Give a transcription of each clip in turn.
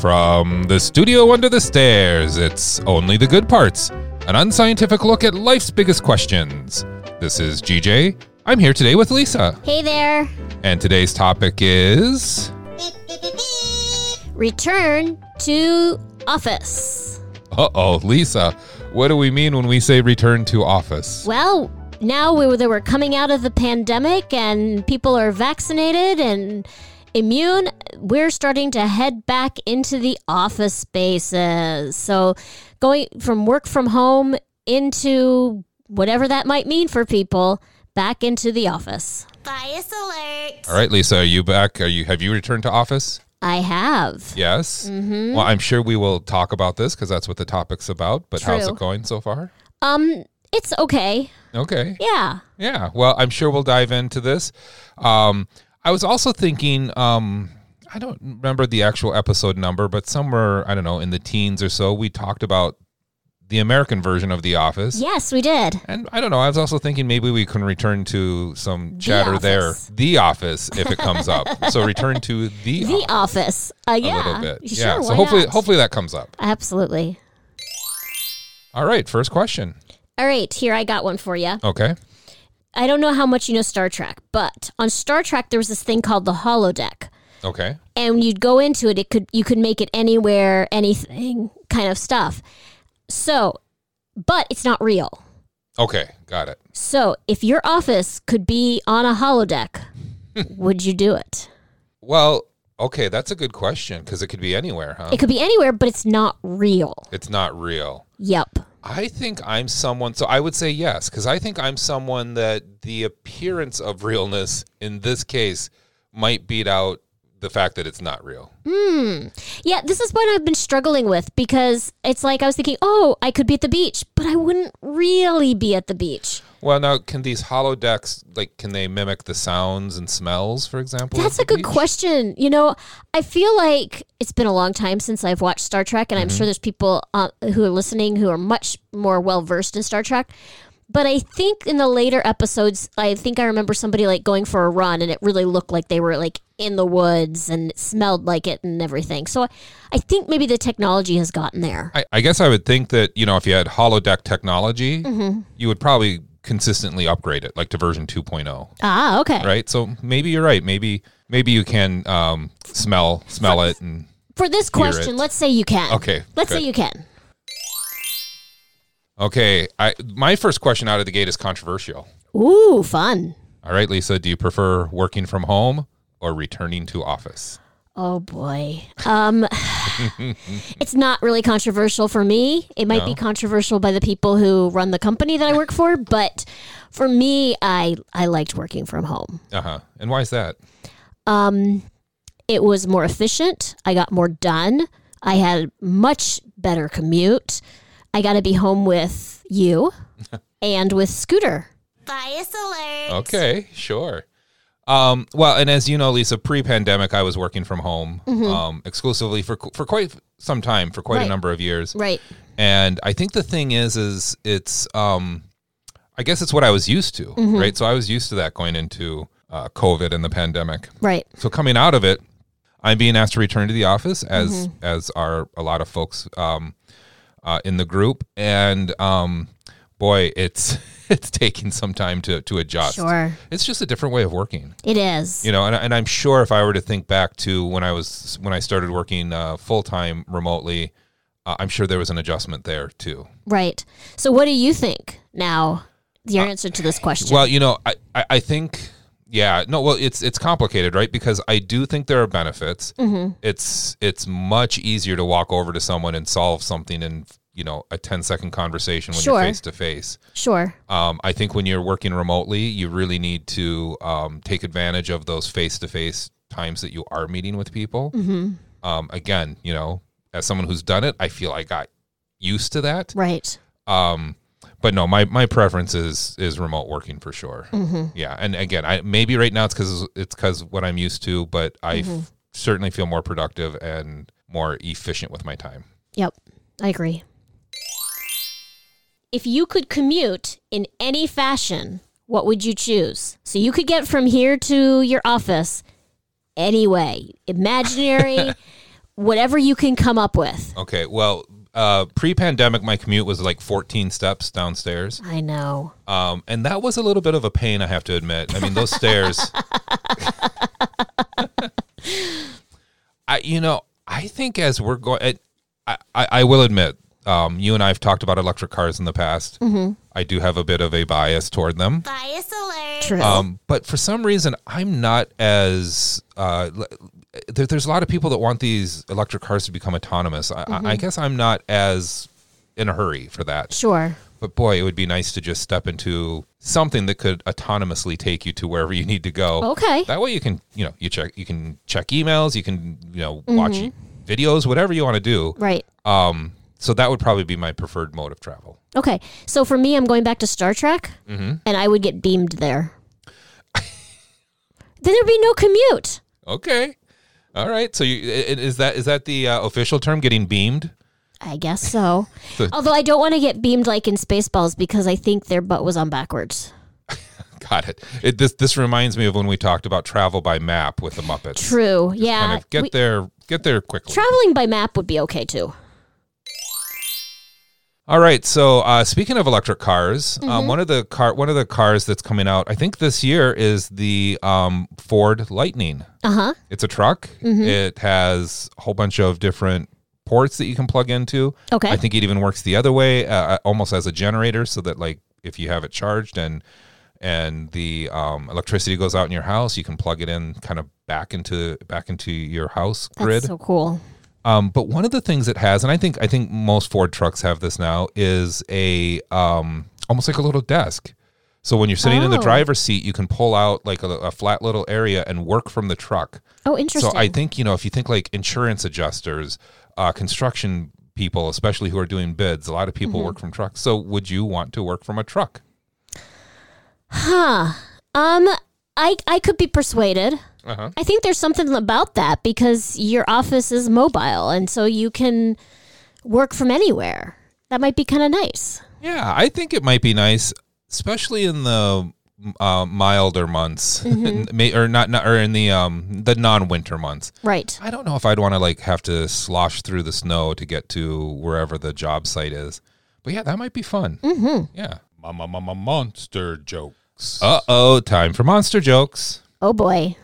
From the studio under the stairs, it's Only the Good Parts, an unscientific look at life's biggest questions. This is GJ. I'm here today with Lisa. Hey there. And today's topic is Return to office. Uh oh, Lisa, what do we mean when we say return to office? Well, now we that we're coming out of the pandemic and people are vaccinated and immune, we're starting to head back into the office spaces. So going from work from home into whatever that might mean for people, back into the office. Bias alert. All right, Lisa, are you back? Are you have you returned to office? I have. Yes. Well, I'm sure we will talk about this because that's what the topic's about. But how's True. it going so far? Um, it's okay. Okay. Yeah. Yeah. Well, I'm sure we'll dive into this. Um, I was also thinking, um, I don't remember the actual episode number, but somewhere, I don't know, in the teens or so, we talked about the American version of The Office. Yes, we did. And I don't know. I was also thinking maybe we can return to some chatter there. Office. The Office, if it comes up. So return to The, The Office office. Uh, a yeah. little bit. Sure, yeah. why So hopefully, not? hopefully that comes up. Absolutely. All right. First question. All right, here I got one for you. Okay. I don't know how much you know Star Trek, but on Star Trek there was this thing called the holodeck. Okay. And when you'd go into it, it could you could make it anywhere, anything kind of stuff. So, but it's not real. Okay. Got it. So, if your office could be on a holodeck, would you do it? Well, okay. That's a good question because it could be anywhere, huh? It could be anywhere, but it's not real. It's not real. Yep. I think I'm someone, so I would say yes, because I think I'm someone that the appearance of realness in this case might beat out the fact that it's not real. Yeah, this is what I've been struggling with because it's like I was thinking, oh, I could be at the beach, but I wouldn't really be at the beach. Well, now, can these hollow decks, like, can they mimic the sounds and smells, for example? That's a of the good beach? question. You know, I feel like it's been a long time since I've watched Star Trek, and I'm Mm-hmm. sure there's people uh, who are listening who are much more well versed in Star Trek. But I think in the later episodes, I think I remember somebody like going for a run, and it really looked like they were like in the woods and it smelled like it and everything. So I, I think maybe the technology has gotten there. I, I guess I would think that, you know, if you had holodeck technology, Mm-hmm. you would probably consistently upgrade it, like to version 2.0. Ah, okay. right? So maybe you're right. Maybe maybe you can um, smell smell it. And For this question, it. let's say you can. Okay, Let's good. say you can. okay, I my first question out of the gate is controversial. Ooh, fun. All right, Lisa, do you prefer working from home or returning to office? Oh boy. Um it's not really controversial for me. It might be controversial by the people who run the company that I work for, but for me I I liked working from home. Um, Uh huh. And why is that? It was more efficient. I got more done. I had much better commute. I got to be home with you and with Scooter. Bias alert. Okay, sure. Um, well, and as you know, Lisa, pre-pandemic, I was working from home um, exclusively for for quite some time, for quite a Right. number of years. Right. And I think the thing is, is it's, um, I guess it's what I was used to, right? So I was used to that going into uh, COVID and the pandemic. Right. So coming out of it, I'm being asked to return to the office, as as are a lot of folks um, uh, in the group, and um, boy, it's it's taking some time to to adjust. Sure. It's just a different way of working, It is. you know. And, and I'm sure if I were to think back to when I was when I started working uh, full time remotely, uh, I'm sure there was an adjustment there too. Right. So what do you think now? Your answer to this question. Uh, Well, you know, I, I, I think yeah, no, well it's it's complicated, right? Because I do think there are benefits. It's it's much easier to walk over to someone and solve something in you know a 10 second conversation when Sure. you're face to face. sure. Um, I think when you're working remotely, you really need to um, take advantage of those face to face times that you are meeting with people. Um, again, you know, as someone who's done it, I feel I got used to that. Right. Um, but no, my my preference is is remote working for sure. Yeah, and again, I maybe right now it's because it's because what I'm used to, but I f- certainly feel more productive and more efficient with my time. Yep, I agree. If you could commute in any fashion, what would you choose? So you could get from here to your office any way, imaginary whatever you can come up with. Okay. Well, uh, pre-pandemic, my commute was like 14 steps downstairs, I know. um, and that was a little bit of a pain. I have to admit. I mean, those stairs. I, you know, I think as we're going, I, I, I will admit, um, you and I have talked about electric cars in the past. I do have a bit of a bias toward them. Bias alert. True. Um, but for some reason, I'm not as uh, l- there, there's a lot of people that want these electric cars to become autonomous. I, I I guess I'm not as in a hurry for that. sure. But boy, it would be nice to just step into something that could autonomously take you to wherever you need to go. Okay. That way, you can you know you check you can check emails, you can you know watch videos, whatever you want to do. Mm-hmm. Right. Um, so that would probably be my preferred mode of travel. Okay. So for me, I'm going back to Star Trek, Mm-hmm. and I would get beamed there. then there'd be no commute. Okay. All right. So you, i- i- is that is that the uh, official term getting beamed? I guess so. So- Although I don't want to get beamed like in Spaceballs because I think their butt was on backwards. Got it. it this this reminds me of when we talked about travel by map with the Muppets. True. Yeah. Kind of get We- there, get there quickly. traveling by map would be okay too. All right. So uh, speaking of electric cars, Mm-hmm. um, one of the car one of the cars that's coming out, I think this year is the um, Ford Lightning. Uh huh. It's a truck. Mm-hmm. It has a whole bunch of different ports that you can plug into. Okay. I think it even works the other way, uh, almost as a generator, so that like if you have it charged and and the um, electricity goes out in your house, you can plug it in kind of back into back into your house That's grid. so cool. Um, but one of the things it has, and I think I think most Ford trucks have this now, is a um, almost like a little desk. So when you're sitting in the Oh. driver's seat, you can pull out like a, a flat little area and work from the truck. Oh, interesting. So I think you know if you think like insurance adjusters, uh, construction people, especially who are doing bids, a lot of Mm-hmm. people work from trucks. So would you want to work from a truck? huh. Um, I I could be persuaded. Uh huh. I think there's something about that because your office is mobile and so you can work from anywhere. That might be kind of nice. Yeah, I think it might be nice, especially in the uh, milder months, Mm-hmm. May, or not, not, or in the um the non-winter months. Right. I don't know if I'd want to like have to slosh through the snow to get to wherever the job site is. But yeah, that might be fun. Mm-hmm. Yeah. Mama, mama, monster jokes. Uh oh, time for monster jokes. Oh boy.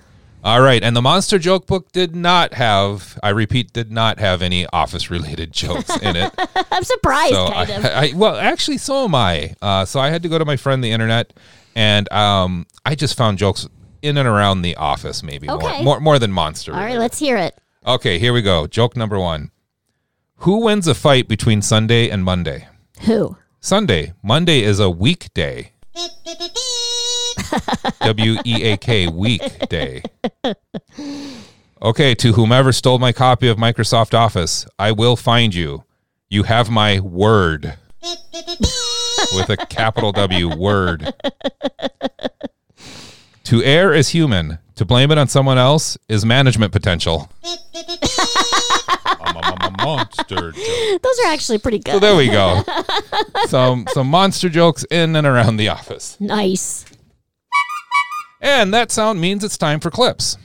All right, and the monster joke book did not have, I repeat, did not have any office related jokes in it. I'm surprised so kind I, of. I, well, actually, so am I. Uh, so I had to go to my friend the internet, and um, I just found jokes in and around the office, maybe Okay. more, more more than monster. All right, related. let's hear it. Okay, here we go. Joke number one: Who wins a fight between Sunday and Monday? Who? Sunday, Monday is a weekday. Beep, beep, beep, beep. W E A K weekday. Okay, to whomever stole my copy of Microsoft Office, I will find you. You have my word Beep, beep, beep, beep. with a capital W word. To err is human. To blame it on someone else is management potential. Beep, beep, beep, beep. Mama, mama, monster jokes. Those are actually pretty good. So there we go. Some some monster jokes in and around the office. nice. And that sound means it's time for clips.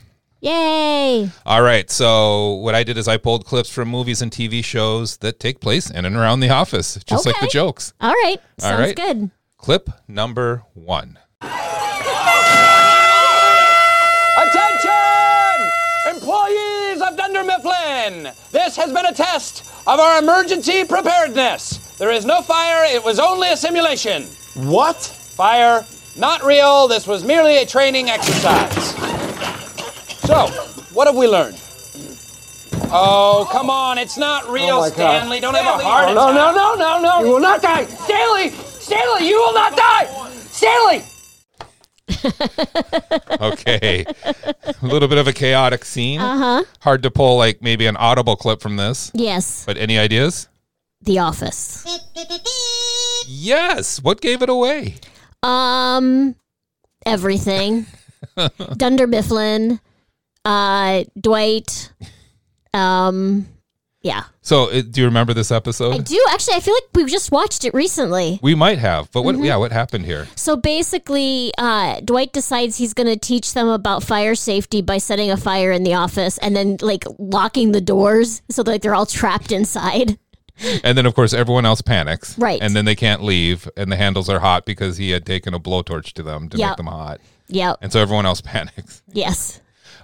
Yay. All right. So what I did is I pulled clips from movies and TV shows that take place in and around the office, just like the Okay. jokes. All right. Sounds right. good. Clip number one. Attention! Employees of Dunder Mifflin! This has been a test of our emergency preparedness. There is no fire, it was only a simulation. What? Fire, not real. This was merely a training exercise. So, what have we learned? Oh, come on, it's not real, Oh my God. Oh, Stanley. Don't have a heart attack. No, no, no, no, no. You will not die. Stanley! Stanley, you will not die! Stanley! Okay. a little bit of a chaotic scene. Uh-huh. Hard to pull like maybe an audible clip from this. Yes. But any ideas? The office. Beep, beep, beep, beep. Yes. What gave it away? Um everything. Dunder Mifflin, uh Dwight, um Yeah. So, it, do you remember this I episode? do. Actually, I feel like we just watched it recently. We might have, but Mm-hmm. what? Yeah, what happened here? So basically, uh, Dwight decides he's going to teach them about fire safety by setting a fire in the office and then like locking the doors so that they're all trapped inside. And then, of course, everyone else panics. Right. And then they can't leave, and the handles are hot because he had taken a blowtorch to them to Yeah. make them hot, Yep. and so everyone else panics. Yes.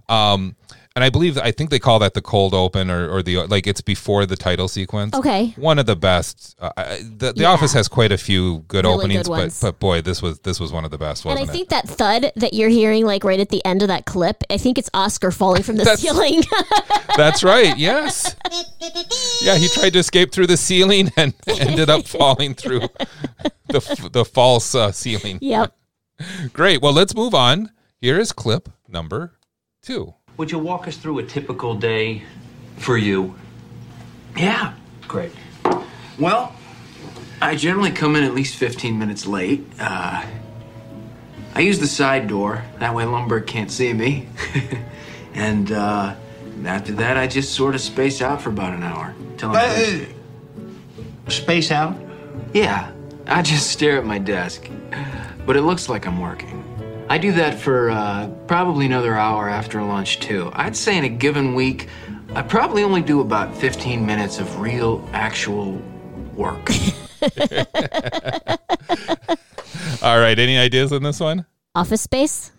Um, and I believe I think they call that the cold open or, or the like. It's before the title sequence. Okay. One of the best. Uh, I- the the Yeah. Office has quite a few good Really openings, good but ones. but boy, this was this was one of the best, And wasn't I it? think that thud that you're hearing like right at the end of that clip, I think it's Oscar falling from the That's- ceiling. That's right. Yes. Yeah, he tried to escape through the ceiling and ended up falling through the f- the false uh, ceiling. yep. Great. Well, let's move on. Here is clip number two. Would you walk us through a typical day for you? Yeah. Great. Well, I generally come in at least 15 minutes late. Uh, I use the side door. That way Lumberg can't see me. and uh, after that, I just sort of space out for about an hour. Till I'm Uh, space out? yeah, I just stare at my desk. But it looks like I'm working. I do that for uh, probably another hour after lunch, too. I'd say in a given week, I probably only do about 15 minutes of real, actual work. All right. Any ideas on this one? Office space.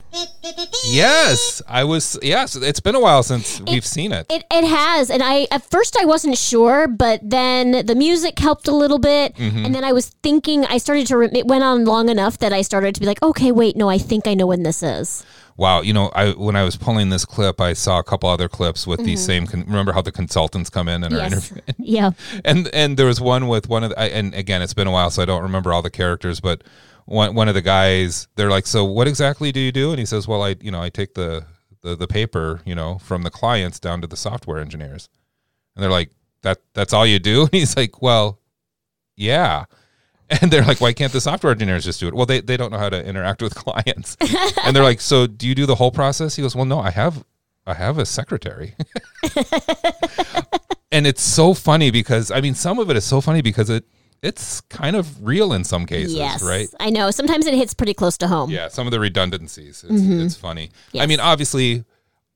Yes, I was. Yes, it's been a while since we've seen it. It, it has. And I, at first, I wasn't sure, but then the music helped a little bit. Mm-hmm. And then I was thinking, I started to, re- it went on long enough that I started to be like, okay, wait, no, I think I know when this is. Wow, you know, I when I was pulling this clip, I saw a couple other clips with these same. Con- remember how the consultants come in and are Yes. interviewing, yeah. and and there was one with one of the, I, and again, it's been a while, so I don't remember all the characters, but one one of the guys, they're like, "So what exactly do you do?" And he says, "Well, I you know I take the the, the paper you know from the clients down to the software engineers," and they're like, "That that's all you do?" And he's like, "Well, yeah." And they're like, why can't the software engineers just do it? Well, they, they don't know how to interact with clients. and they're like, so do you do the whole process? He goes, well, no, I have I have a secretary. and it's so funny because I mean, some of it is so funny because it it's kind of real in some cases, Yes. right? I know. Sometimes it hits pretty close to home. Yeah, some of the redundancies. It's, it's funny. I Mm-hmm. Yes. mean, obviously,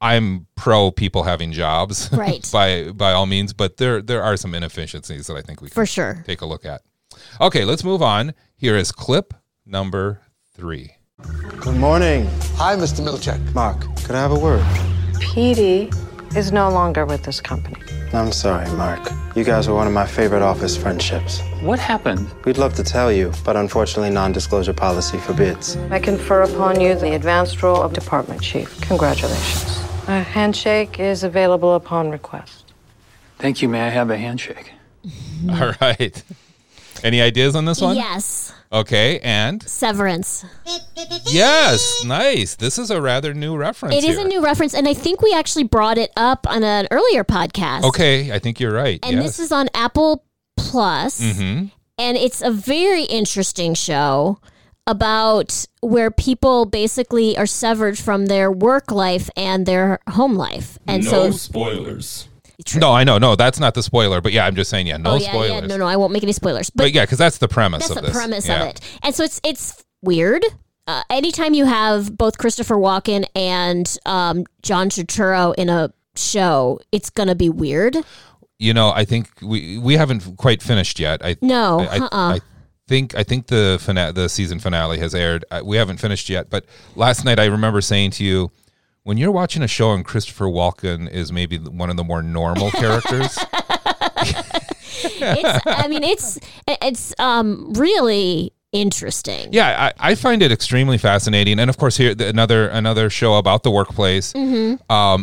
I'm pro people having jobs, Right. by by all means, but there there are some inefficiencies that I think we can For sure. take a look at. Okay, let's move on. Here is clip number three. Good morning, Hi, Mr. Milchek. Mark. Could I have a word? PD is no longer with this company. I'm sorry, Mark. You guys were one of my favorite office friendships. What happened? We'd love to tell you, but unfortunately, non-disclosure policy forbids. I confer upon you the advanced role of department chief. Congratulations. A handshake is available upon request. Thank you. May I have a handshake? Mm-hmm. All right. Any ideas on this one? Yes. Okay, and Severance. yes, nice. This is a rather new reference. It is here. a new reference, and I think we actually brought it up on an earlier podcast. Okay, I think you're right. yes. And Mm-hmm. this is on Apple Plus, and it's a very interesting show about where people basically are severed from their work life and their home life. And so spoilers. no, I know, no, that's not the spoiler, but yeah, I'm just saying, yeah, no Oh, yeah, spoilers. yeah, no, no, I won't make any spoilers. but, But, yeah, because that's the premise that's of the this. premise Yeah. of it. And so it's it's weird. Uh, anytime you have both Christopher Walken and um, John Turturro in a show, it's gonna be weird. You know, I think we we haven't quite finished yet. I No, I, I- uh-uh. I think I think the fina- the season finale has aired. I, we haven't finished yet, but last night I remember saying to you. When you're watching a show and Christopher Walken is maybe one of the more normal characters, it's i mean it's it's um really interesting yeah, I, I find it extremely fascinating. And of course, here the, another another show about the workplace. Um,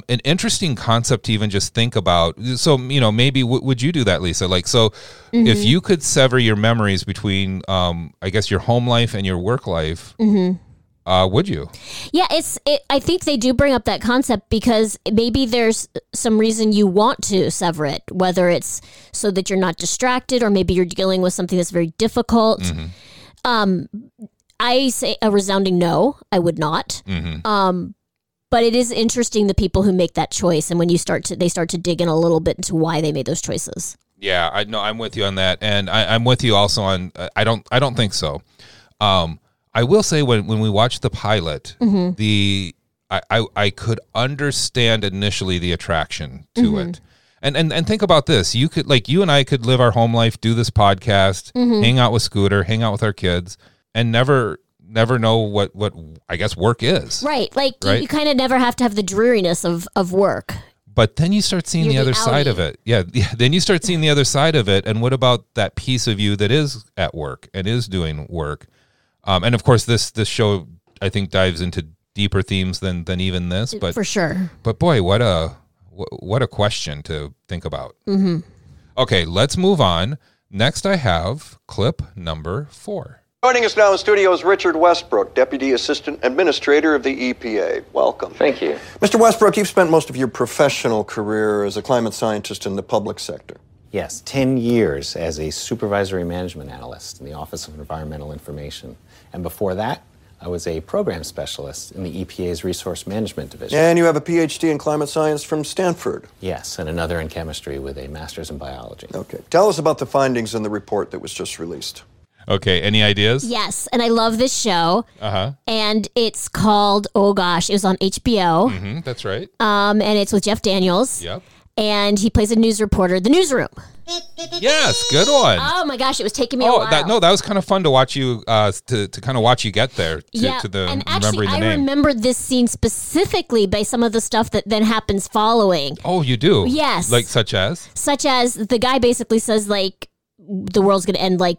an interesting concept to even just think about. So you know, maybe w- would you do that, Lisa? Like, so if you could sever your memories between, um, I guess, your home life and your work life, uh, would you? yeah it's it, i think they do bring up that concept because maybe there's some reason you want to sever it whether it's so that you're not distracted or maybe you're dealing with something that's very difficult Mm-hmm. um Mm-hmm. I say a resounding no. I would not. Um, But it is interesting the people who make that choice, and when you start to, they start to dig in a little bit into why they made those choices. Yeah, I know. I'm with you on that, and I, I'm with you also on. uh, I don't. I don't think so. Um, I will say when when we watched the pilot, Mhm. the I, I I could understand initially the attraction to Mhm. it, and and and think about this. You could like you and I could live our home life, do this podcast, Mhm. hang out with Scooter, hang out with our kids, and never never know what what I guess work is. Right, like you- Right. you, kind of never have to have the dreariness of of work. But then you start seeing You're the the other side of it. Yeah, yeah. Then you start seeing the other side of it. And what about that piece of you that is at work and is doing work? Um, and of course, this this show I think dives into deeper themes than than even this. But for sure. But boy, what a wh- what a question to think about. hmm Okay, let's move on. Next, I have clip number four. Joining us now in studio is Richard Westbrook, Deputy Assistant Administrator of the EPA. Welcome. Thank you. Mr. Westbrook, you've spent most of your professional career as a climate scientist in the public sector. Yes, 10 years as a supervisory management analyst in the Office of Environmental Information. And before that, I was a program specialist in the EPA's Resource Management Division. And you have a PhD in climate science from Stanford. Yes, and another in chemistry with a master's in biology. Okay. Tell us about the findings in the report that was just released. Okay, any ideas? Yes, and I love this show, Uh huh. and it's called oh gosh, it was on HBO, hmm that's right. um, and it's with Jeff Daniels. Yep. And he plays a news reporter, the newsroom. Yes, good one. Oh my gosh, it was taking me a Oh, while. that, no, that was kind of fun to watch you uh, to to kind of watch you get there to, yeah, to the and actually, remembering the I name. remember this scene specifically by some of the stuff that then happens following. oh, you do. Yes. like such as such as the guy basically says like the world's gonna end like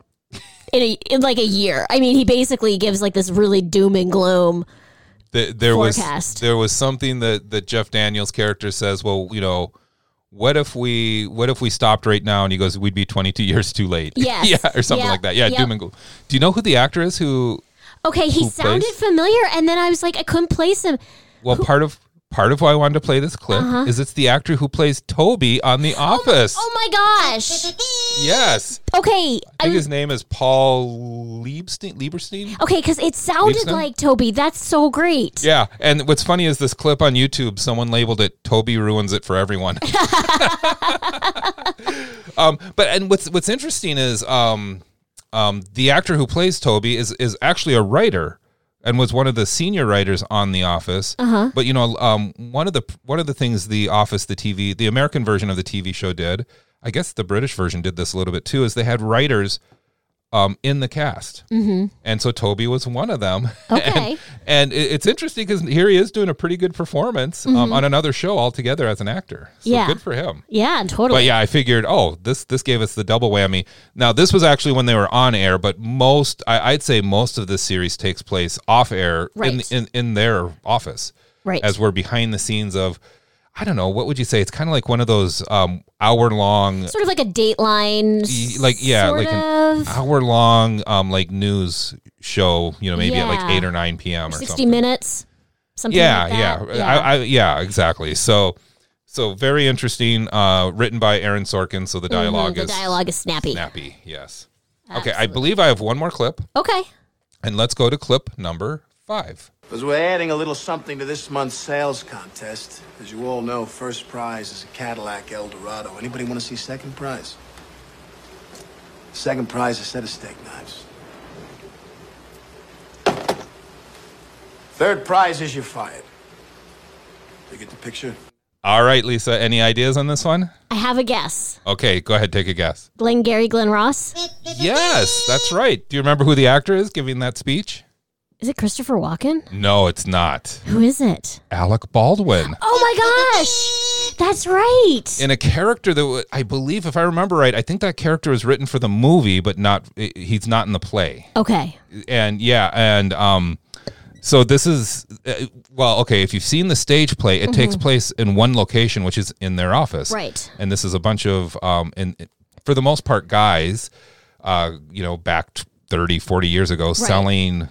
in a in like a year. I mean, he basically gives like this really doom and gloom. Th there was Forecast. there was something that that Jeff Daniels character says. Well, you know, what if we what if we stopped right now? And he goes, we'd be twenty two years too late. Yes. yeah, or something Yeah. like that. Yeah, Yep. doom and gloom. Do you know who the actor is? Who? Okay, he Who sounded plays- familiar, and then I was like, I couldn't place him. Well, part of part of why I wanted to play this clip Uh-huh. is it's the actor who plays Toby on The Office. Oh my gosh. Yes, Okay, I think his name is Paul Lieberstein. Lieberstein. okay, because it sounded Leave some? like Toby. That's so great. Yeah, and what's funny is this clip on YouTube. Someone labeled it "Toby ruins it for everyone." um, but and what's what's interesting is um, um, the actor who plays Toby is is actually a writer and was one of the senior writers on The Office. Uh-huh. But you know, um, one of the one of the things The Office, the TV, the American version of the TV show did, I guess the British version did this a little bit too, is they had writers um, in the cast. Mm-hmm. And so Toby was one of them. Okay. and and it- it's interesting because here he is doing a pretty good performance um, Mhm. on another show altogether as an actor. So yeah. good for him. Yeah, totally. But yeah, I figured, oh, this this gave us the double whammy. Now this was actually when they were on air, but most I, I'd say most of this series takes place off air in, Right. in in their office, Right. As we're behind the scenes of, I don't know, what would you say? It's kind of like one of those um, hour long, Sort of like a Dateline. like yeah, sort like an of. hour long um, like news show. You know, maybe at like Yeah. eight or nine p.m. or 60 something. minutes. Something yeah, like that. yeah, I, I, yeah, exactly. So. So very interesting, uh, written by Aaron Sorkin. So the Mhm, dialogue the is dialogue is snappy. Snappy, yes. Okay, I believe I have one more clip, Okay. and let's go to clip number. Five. Because we're adding a little something to this month's sales contest. As you all know, first prize is a Cadillac Eldorado. Anybody want to see second prize? Second prize, a set of steak knives. Third prize is you're fired. You get the picture? All right, Lisa, any ideas on this one? I have a guess. Okay, go ahead, take a guess. Glenn Gary, Glenn Ross. Yes, that's right. Do you remember who the actor is giving that speech? Is it Christopher Walken? No, it's not. Who is it? Alec Baldwin. Oh my gosh. That's right. In a character that wa- I believe, if I remember right, I think that character was written for the movie, but not i- he's not in the play. Okay. and yeah and um so this is uh, well okay if you've seen the stage play it takes Mhm. place in one location which is in their office Right. and this is a bunch of um and for the most part guys uh you know back t- 30 40 years ago selling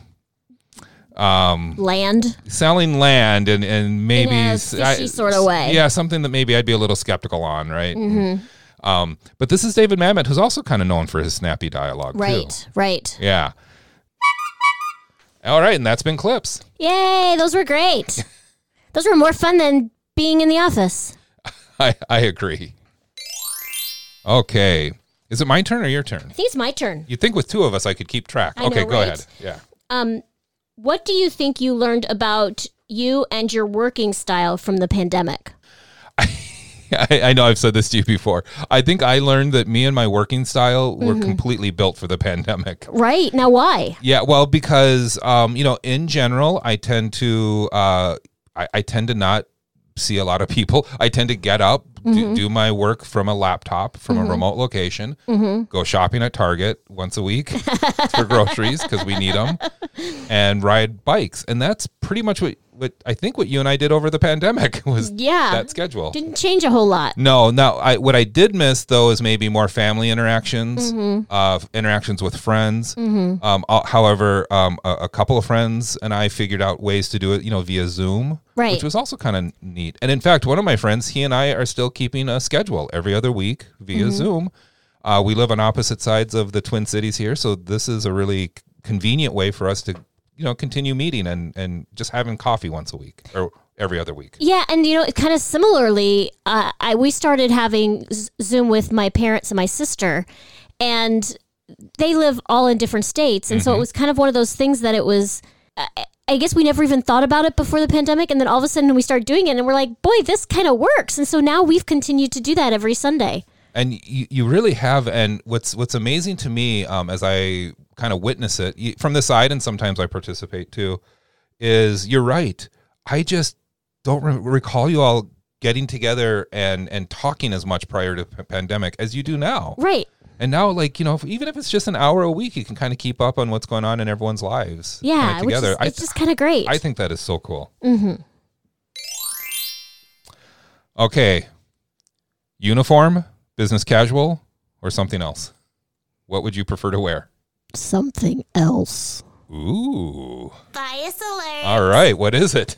um Land. selling land and and maybe a s- I- fishy sorta way. yeah something that maybe i'd be a little skeptical on right Mhm. um but this is david mamet who's also kind of known for his snappy dialogue too. Right. Right. Yeah. All right, and that's been clips. Yay. Those were great. Those were more fun than being in the office. I, I agree. Okay. Is it my turn or your turn? I think it's my turn. You think with two of us, I could keep track. I okay, know, go right? ahead. Yeah. Um, what do you think you learned about you and your working style from the pandemic? I, I know I've said this to you before. I think I learned that me and my working style were Mhm. completely built for the pandemic. Right now, why? Yeah, well, because um, you know, in general, I tend to uh, I, I tend to not see a lot of people. I tend to get up, Mhm. do, do my work from a laptop from Mhm. a remote location, Mhm. go shopping at Target once a week for groceries because we need them, and ride bikes. And that's pretty much what what I think what you and I did over the pandemic was Yeah, that schedule. didn't change a whole lot. No, no. I what I did miss though is maybe more family interactions, Mhm. uh, interactions with friends. Mhm. Um, uh, however, um, a, a couple of friends and I figured out ways to do it, you know, via Zoom, Right. Which was also kind of neat. And in fact, one of my friends, he and I are still keeping a schedule every other week via Mhm. Zoom. Uh, we live on opposite sides of the Twin Cities here, so this is a really c- convenient way for us to, you know, continue meeting and and just having coffee once a week or every other week. Yeah, and you know, kind of similarly, uh, I we started having Z- Zoom with my parents and my sister, and they live all in different states, and so it Mhm. was kind of one of those things that it was. I I guess we never even thought about it before the pandemic, and then all of a sudden we started doing it, and we're like, "Boy, this kind of works!" And so now we've continued to do that every Sunday. and you, you really have and what's what's amazing to me um, as i kind of witness it you, from the side and sometimes i participate too is you're right i just don't re- recall you all getting together and and talking as much prior to p- pandemic as you do now Right. and now like you know if, even if it's just an hour a week you can kind of keep up on what's going on in everyone's lives kinda Yeah, which is, together I, it's just kind of great. I think that is so cool hmm Okay. Uniform, business casual, or something else? What would you prefer to wear? Something else. Ooh. All right. What is it?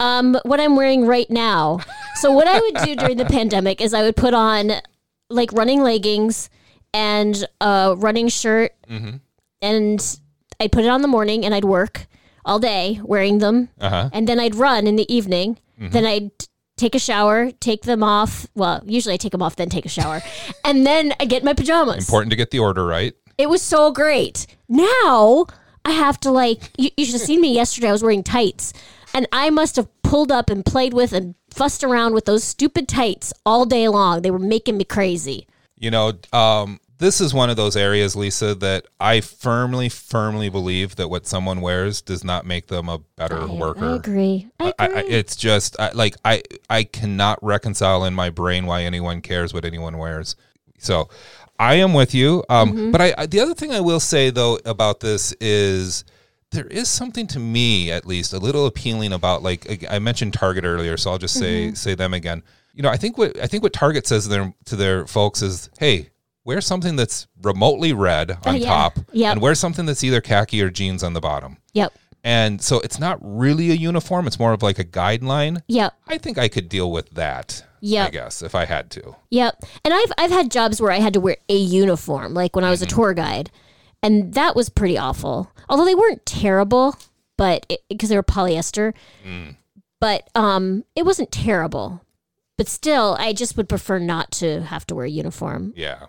um, what I'm wearing right now. So what I would do during the pandemic is I would put on like running leggings and a running shirt, Mhm. and I'd put it on in the morning and I'd work all day wearing them, Uh-huh. and then I'd run in the evening. Mhm. Then I'd take a shower, take them off. Well, usually I take them off, then take a shower, and then I get in my pajamas. Important to get the order right. It was so great. Now I have to like you, you should have seen me yesterday. I was wearing tights, and I must have pulled up and played with and fussed around with those stupid tights all day long. They were making me crazy. You know, um, this is one of those areas, Lisa, that I firmly, firmly believe that what someone wears does not make them a better worker. I agree. I, I, I, it's just I, like I I cannot reconcile in my brain why anyone cares what anyone wears. So I am with you. Um, Mm-hmm. Mhm. But I, I the other thing I will say though about this is there is something to me at least a little appealing about like I I mentioned Target earlier, so I'll just say Mm-hmm. Mhm. say them again. You know, I think what I think what Target says to their to their folks is, hey. Wear something that's remotely red on yeah. top, Yep. and wear something that's either khaki or jeans on the bottom. yep. And so it's not really a uniform, it's more of like a guideline. Yep. I think I could deal with that. Yep. I guess if I had to. Yep. And I've I've had jobs where I had to wear a uniform, like when I was a tour guide, and that was pretty awful. Although they weren't terrible, but because they were polyester, but um, it wasn't terrible. But still, I just would prefer not to have to wear a uniform. Yeah.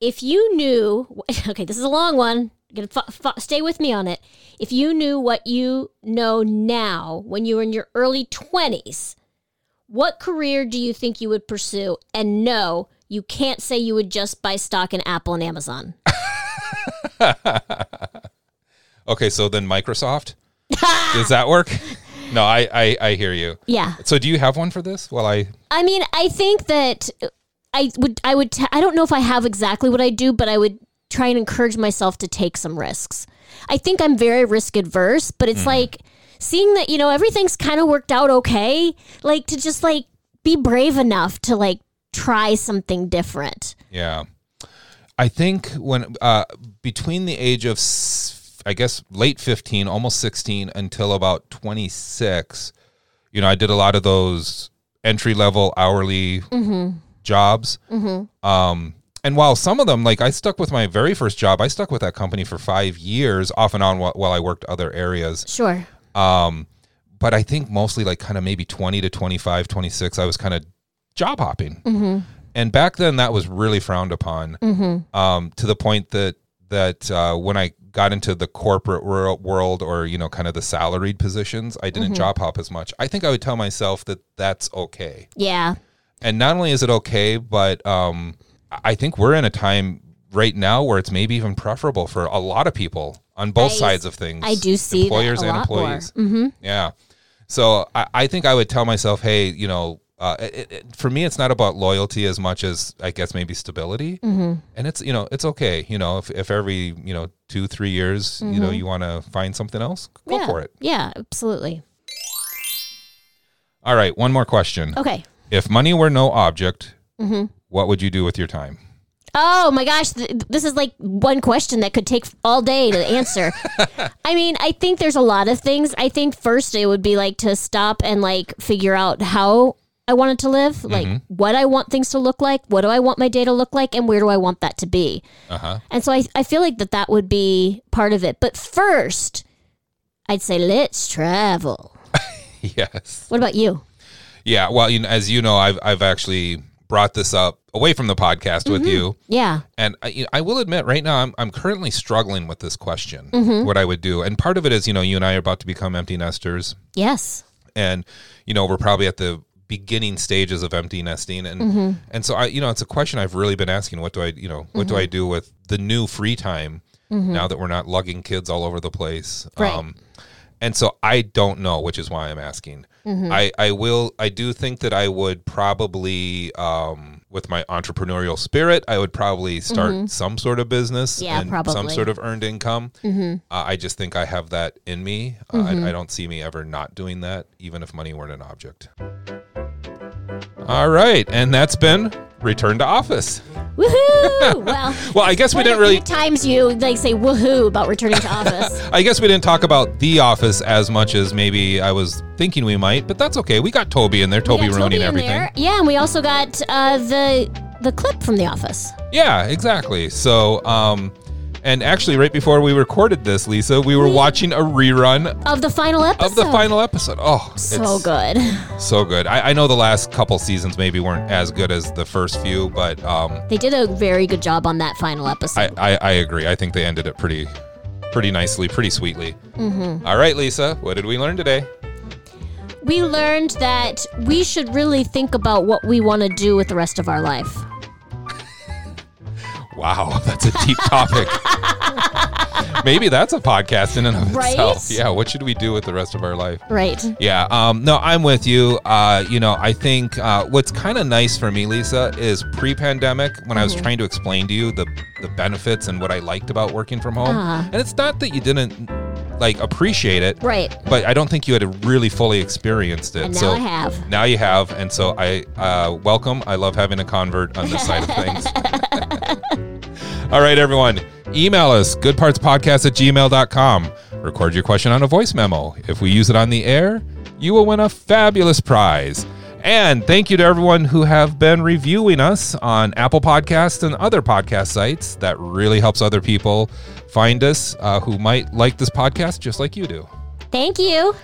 If you knew, okay, this is a long one. Gonna fo- fo- stay with me on it. If you knew what you know now when you were in your early twenties, what career do you think you would pursue? And no, you can't say you would just buy stock in Apple and Amazon. Okay, so then Microsoft? Does that work? No, I, I I hear you. Yeah. So do you have one for this? Well, I I mean, I think that I would, I would, t- I don't know if I have exactly what I do, but I would try and encourage myself to take some risks. I think I'm very risk adverse, but it's Mm-hmm. Mhm. like seeing that, you know, everything's kind of worked out okay, like to just like be brave enough to like try something different. Yeah. I think when uh, between the age of, s- I guess, late 15, almost 16, until about 26, you know, I did a lot of those entry level hourly Mhm. jobs. Mhm. Um, and while some of them, like I stuck with my very first job, I stuck with that company for five years off and on while, while I worked other areas. Sure. Um, but I think mostly like kind of maybe 20 to 25, 26, I was kind of job hopping. Mhm. And back then that was really frowned upon Mhm. um, to the point that, that uh, when I got into the corporate wor- world or, you know, kind of the salaried positions, I didn't Mhm. job hop as much. I think I would tell myself that that's okay. Yeah. And not only is it okay, but um, I I think we're in a time right now where it's maybe even preferable for a lot of people on both I- sides of things. I do see employers that a and lot employees. more. Mhm. Yeah. So I, I think I would tell myself, hey, you know, uh, it, it- it, for me, it's not about loyalty as much as I guess maybe stability. Mhm. And it's you know it's okay. You know, if, if every you know two three years you know Mhm. you want to find something else, go yeah. for it. Yeah, absolutely. All right, one more question. Okay. If money were no object, Mhm. what would you do with your time? Oh my gosh, th- this is like one question that could take all day to answer. I mean, I think there's a lot of things. I think first it would be like to stop and like figure out how I wanted to live, like Mhm. what I want things to look like, what do I want my day to look like, and where do I want that to be. Uh huh. And so I, I feel like that that would be part of it. But first, I'd say let's travel. Yes. What about you? Yeah. Well, you know, as you know, I've I've actually brought this up away from the podcast with you, Yeah. and I, you know, I will admit, right now, I'm I'm currently struggling with this question, Mhm. what I would do, and part of it is, you know, you and I are about to become empty nesters, Yes. and you know, we're probably at the beginning stages of empty nesting, and Mhm. and so I, you know, it's a question I've really been asking. What do I, you know, what do Mhm. I do with the new free time Mhm. now that we're not lugging kids all over the place? Um, Right. and so I don't know, which is why I'm asking. Mhm. I, I will I do think that I would probably um, with my entrepreneurial spirit I would probably start Mhm. some sort of business Yeah, and some probably. sort of earned income. Mhm. Uh, I just think I have that in me. Uh, Mhm. I, I don't see me ever not doing that, even if money weren't an object. All right, and that's been return to office. Woohoo! Well, Well, I guess we one of didn't really. the few times you like say woohoo about returning to office. I guess we didn't talk about the office as much as maybe I was thinking we might, but that's okay. We got Toby in there. Toby got ruining Toby in everything. there. Yeah, and we also got uh, the the clip from The Office. Yeah, exactly. So, um, and actually, right before we recorded this, Lisa, we were watching a rerun Of the final episode. of the final episode. Oh, So good. it's so good. I, I know the last couple seasons maybe weren't as good as the first few, but um, They did a very good job on that final episode. I, I, I agree. I think they ended it pretty, pretty nicely, pretty sweetly. Mhm. All right, Lisa, what did we learn today? We learned that we should really think about what we want to do with the rest of our life. Wow, that's a deep topic. maybe that's a podcast in and of Right? itself. Yeah, what should we do with the rest of our life? Right. Yeah. Um, no, I'm with you. Uh, you know, I think uh, what's kind of nice for me, Lisa, is pre-pandemic when I was Mhm. trying to explain to you the the benefits and what I liked about working from home. Uh-huh. And it's not that you didn't like appreciate it, Right. but I don't think you had really fully experienced it. And now so I have. Now you have, and so I uh, welcome. I love having a convert on this side of things. All right, everyone. Email us, goodpartspodcast at gmail.com. Record your question on a voice memo. If we use it on the air, you will win a fabulous prize. And thank you to everyone who have been reviewing us on Apple Podcasts and other podcast sites. That really helps other people find us uh, who might like this podcast just like you do. Thank you.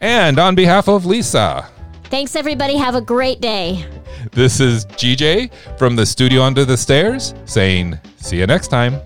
And on behalf of Lisa, Thanks, everybody. Have a great day. this is GJ from the studio under the stairs saying, see you next time.